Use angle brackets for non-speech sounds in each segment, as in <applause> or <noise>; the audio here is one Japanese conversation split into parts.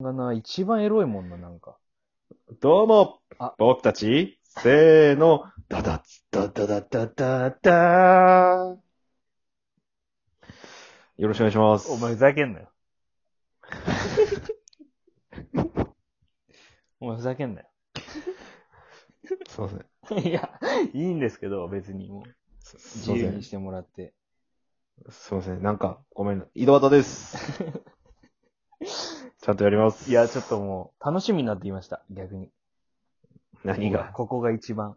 がな、一番エロいもんな、なんか。どうもあ僕たち、せーの、ダダツ、ダダダダダダーよろしくお願いします。お前ふざけんなよ。 <laughs> お前ふざけんなよ。すいません。 <laughs> いや、いいんですけど、別にもう。すす自いま由せんに。してもらって。すいません。なんか、ごめん。井戸端 <laughs> です。ちゃんとやります。いや、ちょっともう、楽しみになってきました、逆に。何がここが一番。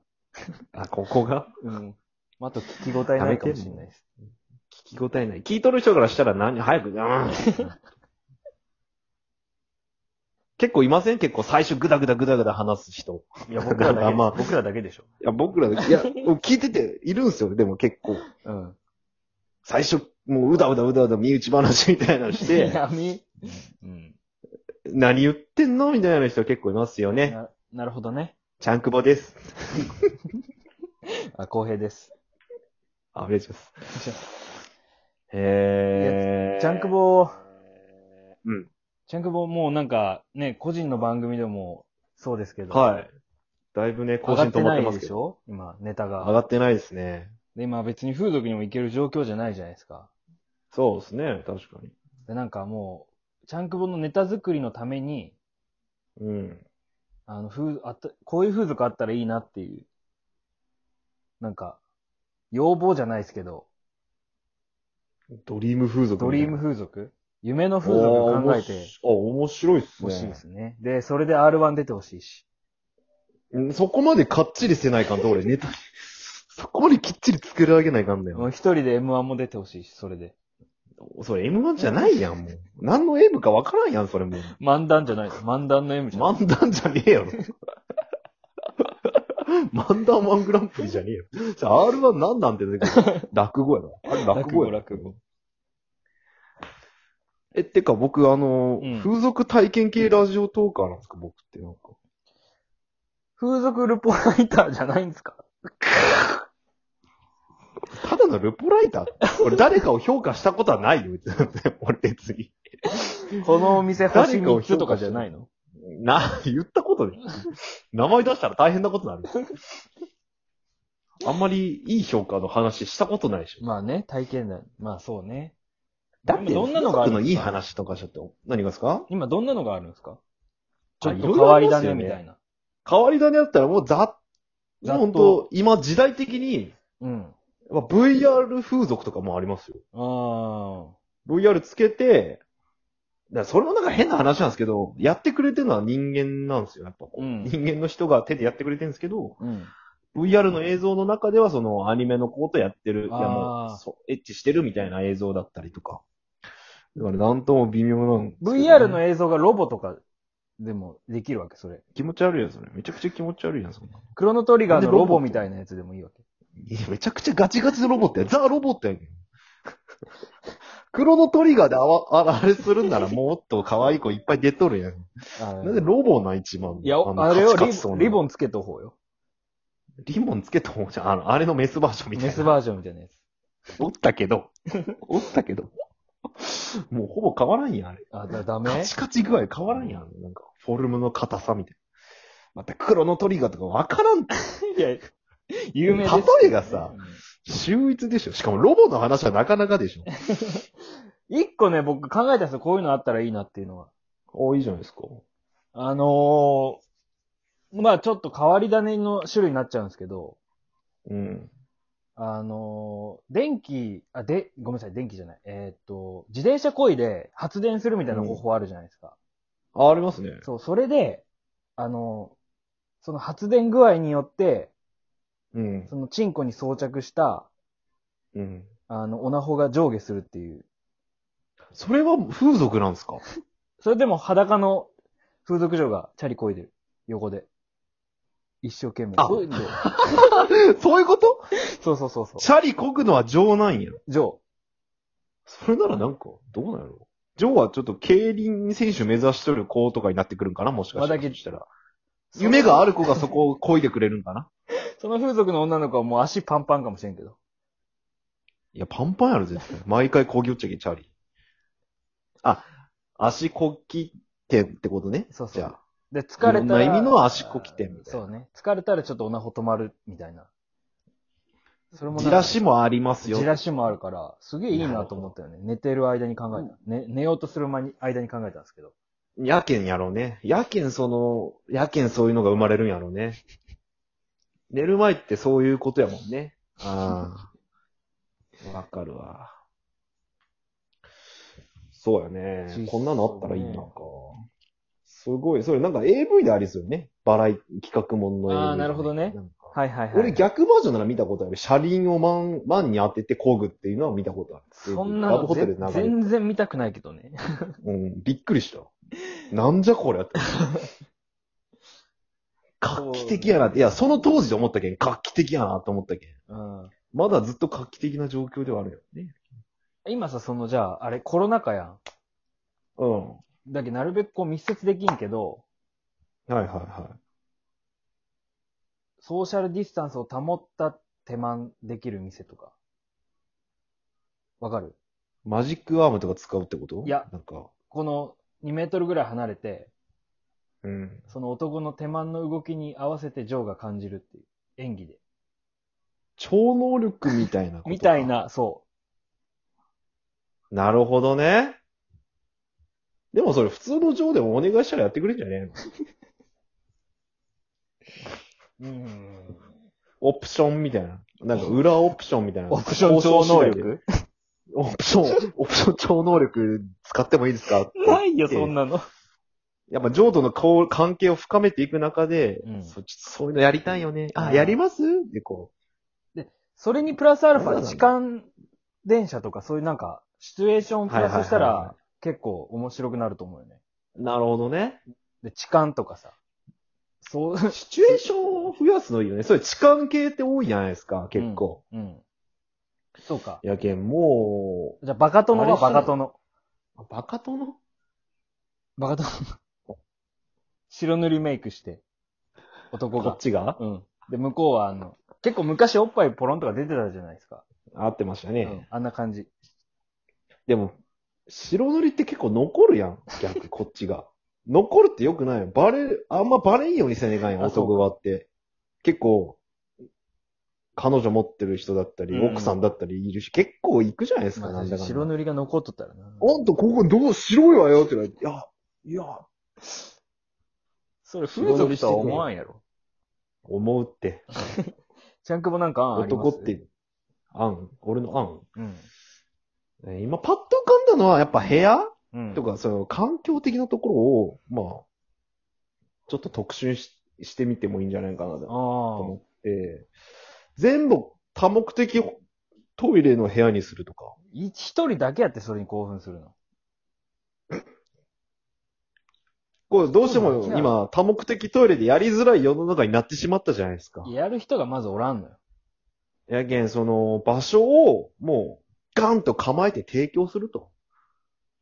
あ、ここがうん。あと聞き応えないかもしれないです。聞き応えない。聞いとる人からしたら何早く、う <laughs> ーん結構いません結構最初グダグダグダグダ話す人。いや、僕らだまあけ、まあ僕らだけでしょ。いや、僕らで、い <laughs> や、聞いてて、いるんすよ、でも結構。うん。最初、もううだうだうだうだ身内話みたいなのしいて、や、み、うん。何言ってんのみたいな人結構いますよね。ななるほどね。ちゃんくぼです。あ、公平です。あ、嬉しいです。え <laughs> ー。ジャンクボうん。チャンクボもうなんか、ね、個人の番組でも、そうですけど。はい。だいぶね、更更新新止止まっまっててまますですけしど。ょ今、ネタ上が。がってないですね。で、今別に風俗にも行ける状況じゃないじゃないですか。そうですね、確かに。で、なんかもう、チャンクボのネタ作りのために、うん。あの、風、あった、こういう風俗あったらいいなっていう、なんか、要望じゃないですけど、ドリーム風俗ドみたリいーな。ム風俗夢の風俗を考えてあー、面白いっすほしいでね。すね。で、それで R1 出てほしいし。うんそこまでかっちりしてないかんと、俺、ネタ、 <laughs> そこまできっちり作り上げないかんだもうよ。一人で M1 も出てほしいし、それで。それ M1 じゃないやん、もう。何の M かわからんやん、それもう。漫談じゃない。漫談の M じゃない。漫談じゃねえよ。 <laughs> 漫談ワングランプリじゃねえよ。じゃあ R1 なんなんて、落語やな。あれ落語やな。落語。え、てか僕、あの、うん風俗体験系ラジオトーカーなんですか、僕ってなんか。風俗ルポライターじゃないんですかただのルポライター俺誰かを評価したことはないよ、別に <laughs> 俺別に。このお店星誰かを3つとかじゃないのな、言ったことで。名前出したら大変なことになる。あんまりいい評価の話したことないでしょ。まあね、体験談。まあそうね。だって、どんなのがあるんのですかいい話とかちょっと、何がですか今どんなのがあるんですかちょっいと変ろいろわありりまだすね、よねみたいな。変わり種だったらもうざ、ざもっうと本当今時代的に、うん。まあ VR 風俗とかもありますよ。ああ。 VR つけて、だからそれもなんか変な話なんですけど、やってくれてるのは人間なんですよ。やっぱこう、うん人間の人が手でやってくれてるんですけど、うん。 VR の映像の中ではそのアニメのことやってる、いやあーもうそう、エッチしてるみたいな映像だったりとか。だからなんとも微妙なんですけどね VR の映像がロボとかでもできるわけ、それ。気持ち悪いやつね。めちゃくちゃ気持ち悪いやん、そんな。クロノトリガーのなんでロロボボとみたいなやつでもいいわけ。いや、めちゃくちゃガチガチのロボットや。ザ・ロボットやん <laughs> け。クロノトリガーであわ、ああれするんならもっと可愛い子いっぱい出とるやん。あーなんでロボな一番いや、あれをリボンリボン。ンつけとほうよ。リボンつけた方じゃん。あの、あれのメスバージョンみたいメな。スバージョンみたいなやつ。おったけど。おったけど。もうほぼ変わらんやん、あれ。あ、だダカメチカチ具合変わらんやん。なんか、フォルムの硬さみたいな。また黒のトリガーとかわからんって。いや、有名ですけどね例えがさ、秀逸でしょ。しかもロボの話はなかなかでしょ。一個ね、僕考えたんですよ。こういうのあったらいいなっていうのは。多いじゃないですか。あのー、まあちょっと変わり種の種類になっちゃうんですけど、うん。あのー、電気、あ、で、ごめんなさい、電気じゃない。えーっと、自転車漕いで発電するみたいな方法あるじゃないですか。あ、ありますね。そう、それで、あのー、その発電具合によって、うん。そのチンコに装着した、うん。あの、オナホが上下するっていう。それは風俗なんですか <laughs> それでも裸の風俗嬢がチャリ漕いでる。横で。一生懸命。あそういうのそういうことそうそうそうそチャリこぐのは情なんや。う。嬢。それならなんか、どうなんやろジョーはちょっと競輪選手目指しとる子とかになってくるんかなもしかしたまあら。だけしたら。夢あがある子がそこを漕いでくれるんかなその風俗の女の子はもう足パンパンかもしれんけど。いや、パンパンやろ、絶対。毎回漕ぎ寄っちゃいけん、チャーリー。あ、足こぎ点ってことね。そうそうじゃあ。で、疲れたら。いろんな意味の足こき点みたいなそうね。疲れたらちょっとおなほ止まるみたいな。それもなんかじらしもありますよ。じらしもあるから、すげえいいなと思ったよね。寝てる間に考えた。ね、寝ようとする間に、間に考えたんですけど。やけんやろうね。やけんその、やけんそういうのが生まれるんやろうね。寝る前ってそういうことやもんね。ああ。わかるわ。そうやね。こんなのあったらいいなそうかね。すごい。それなんか AV でありそうよね。バラエティ企画もんの AV あーなるほどねなんかはいはいはい。俺逆バージョンなら見たことある。車輪をマン、マンに当てて工具っていうのは見たことある。そんなラブのホテルで流れてる全然見たくないけどね。うん、びっくりした。なんじゃこりゃって。 <laughs> 画期的やなって。いや、その当時で思ったけん、画期的やなと思ったけん。うん。まだずっと画期的な状況ではあるよね。今さ、そのじゃあ、あれ、コロナ禍やん。うん。だけどなるべくこう密接できんけど、はいはいはソーシャルディスタンスを保った手間できる店とか。わかるい。マジックアームとか使うってこといやなんか。この2メートルぐらい離れて、うん。その男の手間の動きに合わせてジョーが感じるっていう。演技で。超能力みたいなことか <laughs> みたい。な、そなるほどね。でもそれ普通の上でもお願いしたらやってくれんじゃねえのう。うん。オプションみたいな。なんか裏オプションみたいな。オプション超能力オプション、オプション超能力使ってもいいですかってないよ、そんなの。やっぱ浄土のこう関係を深めていく中で、うんそちょっとそういうのやりたいよね。うあ、んやりますってこそれにプラスアルフそうなんァ、だ痴漢電車とかそういうなんか、シチュエーションをプラスしたはいはいはいら、結構面白くなると思うよね。う。なるほどね。で、痴漢とかさ。そう、 <laughs> シチュエーションを増やすのいいよね。それ痴漢系って多いじゃないですか、結構。うん。そうか。やけん、もじゃあ、バカ殿はバカ殿。う、バカ殿バカ殿。白塗りメイクして、男こがっ。ちがうん。で、向こうはあの、結構昔おっぱいポロンとか出てたじゃないですか。合ってましたうね。ん。あんな感じ。でも、白塗りって結構残るやん、逆、 <laughs> こっちが。残るって良くないよ。バレる、あんまバレんようにせねえかんやん、あそう男側って。結構、彼女持ってる人だったり、うん奥さんだったりいるし、結構行くじゃないですか、まなあんだかんだ。白塗りが残っとったらな。あんたここどう白いわよって言われて、いや、いや、それ風俗とは思わんやろ。思うって。ちゃんくぼなんかあんあります男って、案、俺の案。うん。えー今パッと浮かんだのはやっぱ部屋うん。とか、その環境的なところを、まあ、ちょっと特集ししてみてもいいんじゃないかなとあ思って、全部多目的トイレの部屋にするとか。あ。い一人だけやってそれに興奮するの。これどうしてそうもなんだ今多目的トイレでやりづらい世の中になってしまったじゃないですか。やる人がまずおらんのよ。やけん、その場所をもうガンと構えて提供すると。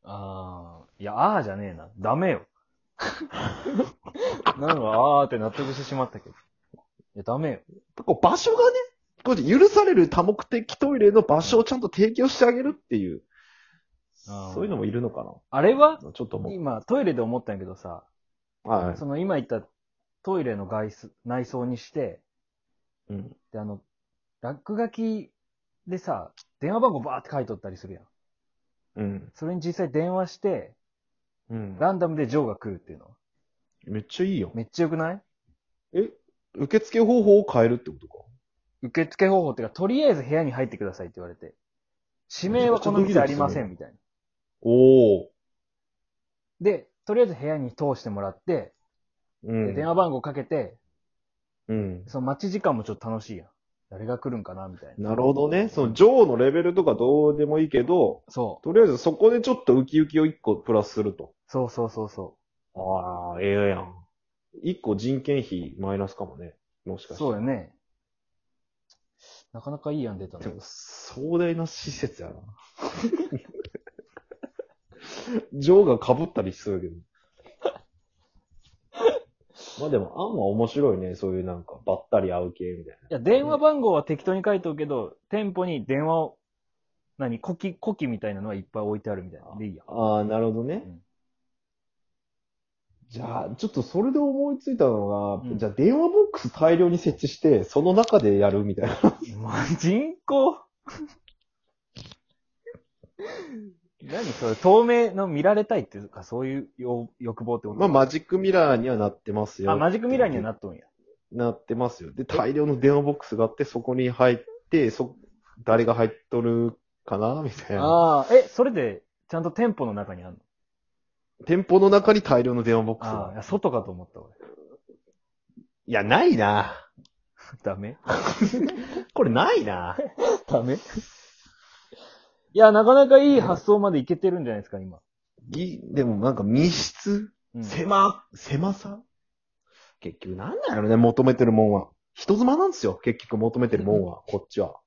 ああ。いや、ああじゃねえな。ダ <laughs> メよ。なんか、ああって納得してしまったけど。いや、ダメよ。こう場所がね、こう許される多目的トイレの場所をちゃんと提供してあげるっていう、あーそういうのもいるのかなあれはちょっと思う。今、トイレで思ったんやけどさ、はい。その今言ったトイレの外出、内装にして、うん。で、あの、落書きでさ、電話番号バーって書いとったりするやん。うん。それに実際電話して、うん。ランダムでジョーが来るっていうのは。めっちゃいいよ。めっちゃ良くないえ、受付方法を変えるってことか。受付方法っていうか、とりあえず部屋に入ってくださいって言われて。指名はこの店ありませんみたいな。おお。で、とりあえず部屋に通してもらって、でうん。電話番号かけて、うん。その待ち時間もちょっと楽しいやん。誰が来るんかなみたいな。なるほどね。その、ジョーのレベルとかどうでもいいけど、そう。とりあえずそこでちょっとウキウキを一個プラスすると。そうそうそうそああ、ええやん。一個人件費マイナスかもね。もしかう。して。そうよね。なかなかいい案出たので。も、壮大な施設や <laughs> な。ジョーが被ったりしそうやけど。まあでも、案は面白いね。そういうなんか、ばったり会う系みたいいや、電話番号は適当に書いとくけど、店舗に電話を、何、コキ、コキみたいなのはいっぱい置いてあるみたいな。でいいや。な。ああ、なるほどね。じゃあ、ちょっとそれで思いついたのが、うんじゃあ電話ボックス大量に設置して、その中でやるみたいな。まあ、人口。何それ、透明の見られたいっていうか、そういう要欲望ってことまあ、マジックミラーにはなってますよ。あマジックミラーにはななっとんや。ってますよ。で、大量の電話ボックスがあって、そこに入って、そ、誰が入っとるかなみたいな。ああ、え、それで、ちゃんと店舗の中にあるの店舗の中に大量の電話ボックスああ、が。外かと思った俺。 <laughs> いや、ないな。ダメ <laughs> これないな。ダメ <laughs> いや、なかなかいい発想までいけてるんじゃないですか、今。ぎでもなんか密室うん狭、狭さ結局なんなんやろね、求めてるもんは。人妻なんですよ、結局求めてるもんは、こっちは。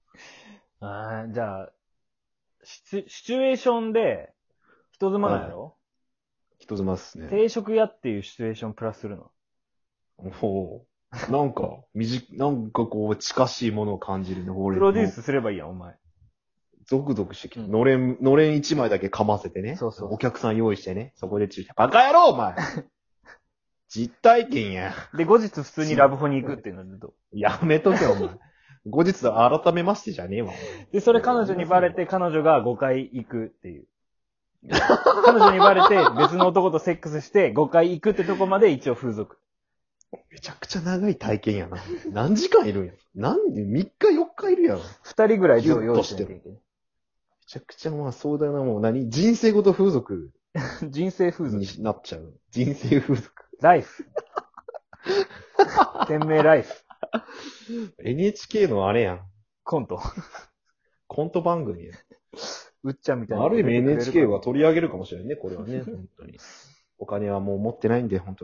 ああ、じゃあ、シチュシチュエーションで、人妻なんやろ、人妻っすね。定食屋っていうシチュエーションプラスするの。もう、なんか、みじ、なんかこう、近しいものを感じるね、俺プロデュー。スすればいいやん、お前。ゾクゾクしてきて、うんのれん、のれん一枚だけ噛ませてね。そうそうお客さん用意してね。そこで注意して、バカ野郎、お <laughs> 前実体験や。で、後日普通にラブホに行くっていうのでどうやめとけ、お前。後日、改めましてじゃねえわ、お前で、それ彼女にバレて、彼女が5回行くっていう。彼女にバレて、別の男とセックスして、5回行くってとこまで一応風俗。めちゃくちゃ長い体験やな。何時間いるんや。何で、3日4日いるやろ。め2人ぐらい上用意しなきゃいけない。ちゃくちゃまあ壮大なもう何人生ごと風俗人生風俗に。なっちゃう。人生風俗。ライフ。天命ライフ。 NHK のあれやん。コント。コント番組やん。うっちゃんみたいな。 <laughs> ある意味 NHK は取り上げるかもしれないね、これはね。本当に。お金はもう持ってないんで、本当